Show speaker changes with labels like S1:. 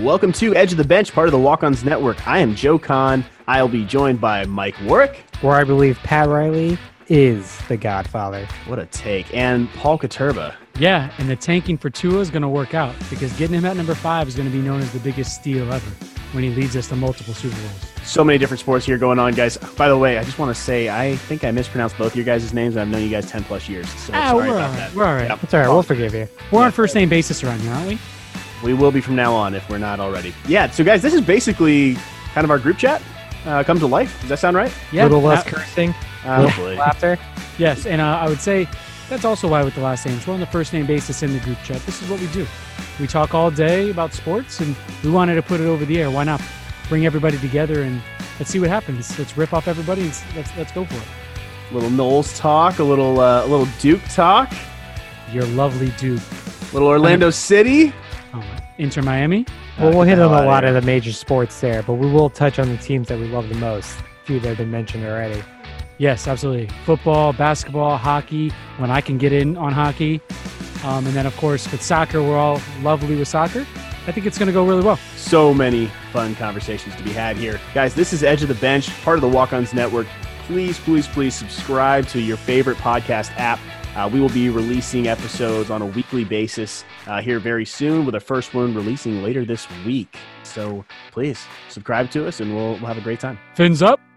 S1: Welcome to Edge of the Bench, part of the Walk Ons Network. I am Joe Kahn. I'll be joined by Mike Warwick.
S2: Where I believe Pat Riley is the Godfather.
S1: What a take. And Paul Katurba.
S3: Yeah, and the tanking for Tua is going to work out because getting him at number five is going to be known as the biggest steal ever when he leads us to multiple Super Bowls.
S1: So many different sports here going on, guys. By the way, I just want to say I think I mispronounced both your guys' names. I've known you guys 10 plus years. So
S3: Ah,
S1: sorry about
S3: we're all right.
S1: that.
S3: We're all right.
S1: Yep.
S2: That's all right. We'll forgive you.
S3: We're on first name basis around here, aren't we?
S1: We will be from now on if we're not already. Yeah, so guys, this is basically kind of our group chat uh, come to life. Does that sound right?
S3: Yeah.
S2: little less
S3: that-
S2: cursing,
S1: Uh, hopefully.
S2: laughter.
S3: Yes, and uh, I would say that's also why with the last names, we're on the first name basis in the group chat. This is what we do. We talk all day about sports, and we wanted to put it over the air. Why not bring everybody together and let's see what happens? Let's rip off everybody. And s- let's let's go for it.
S1: little Knowles talk, a little uh, a little Duke talk,
S3: Your lovely Duke,
S1: little Orlando City.
S3: um, Inter Miami.
S2: Well, we'll
S1: get
S2: hit
S1: the
S2: on
S1: hell
S2: a lot
S1: outta
S2: of the major sports there, but we will touch on the teams that we love the most. A few that have been mentioned already.
S3: Yes, absolutely. Football, basketball, hockey. When I can get in on hockey, um, and then of course with soccer, we're all lovely with soccer. I think it's going to go really well.
S1: So many fun conversations to be had here. Guys, this is Edge of the Bench, part of the Walk Ons Network. Please, please, please subscribe to your favorite podcast app. Uh, we will be releasing episodes on a weekly basis uh, here very soon, with our first one releasing later this week. So please subscribe to us and we'll, we'll have a great time.
S3: Fins up.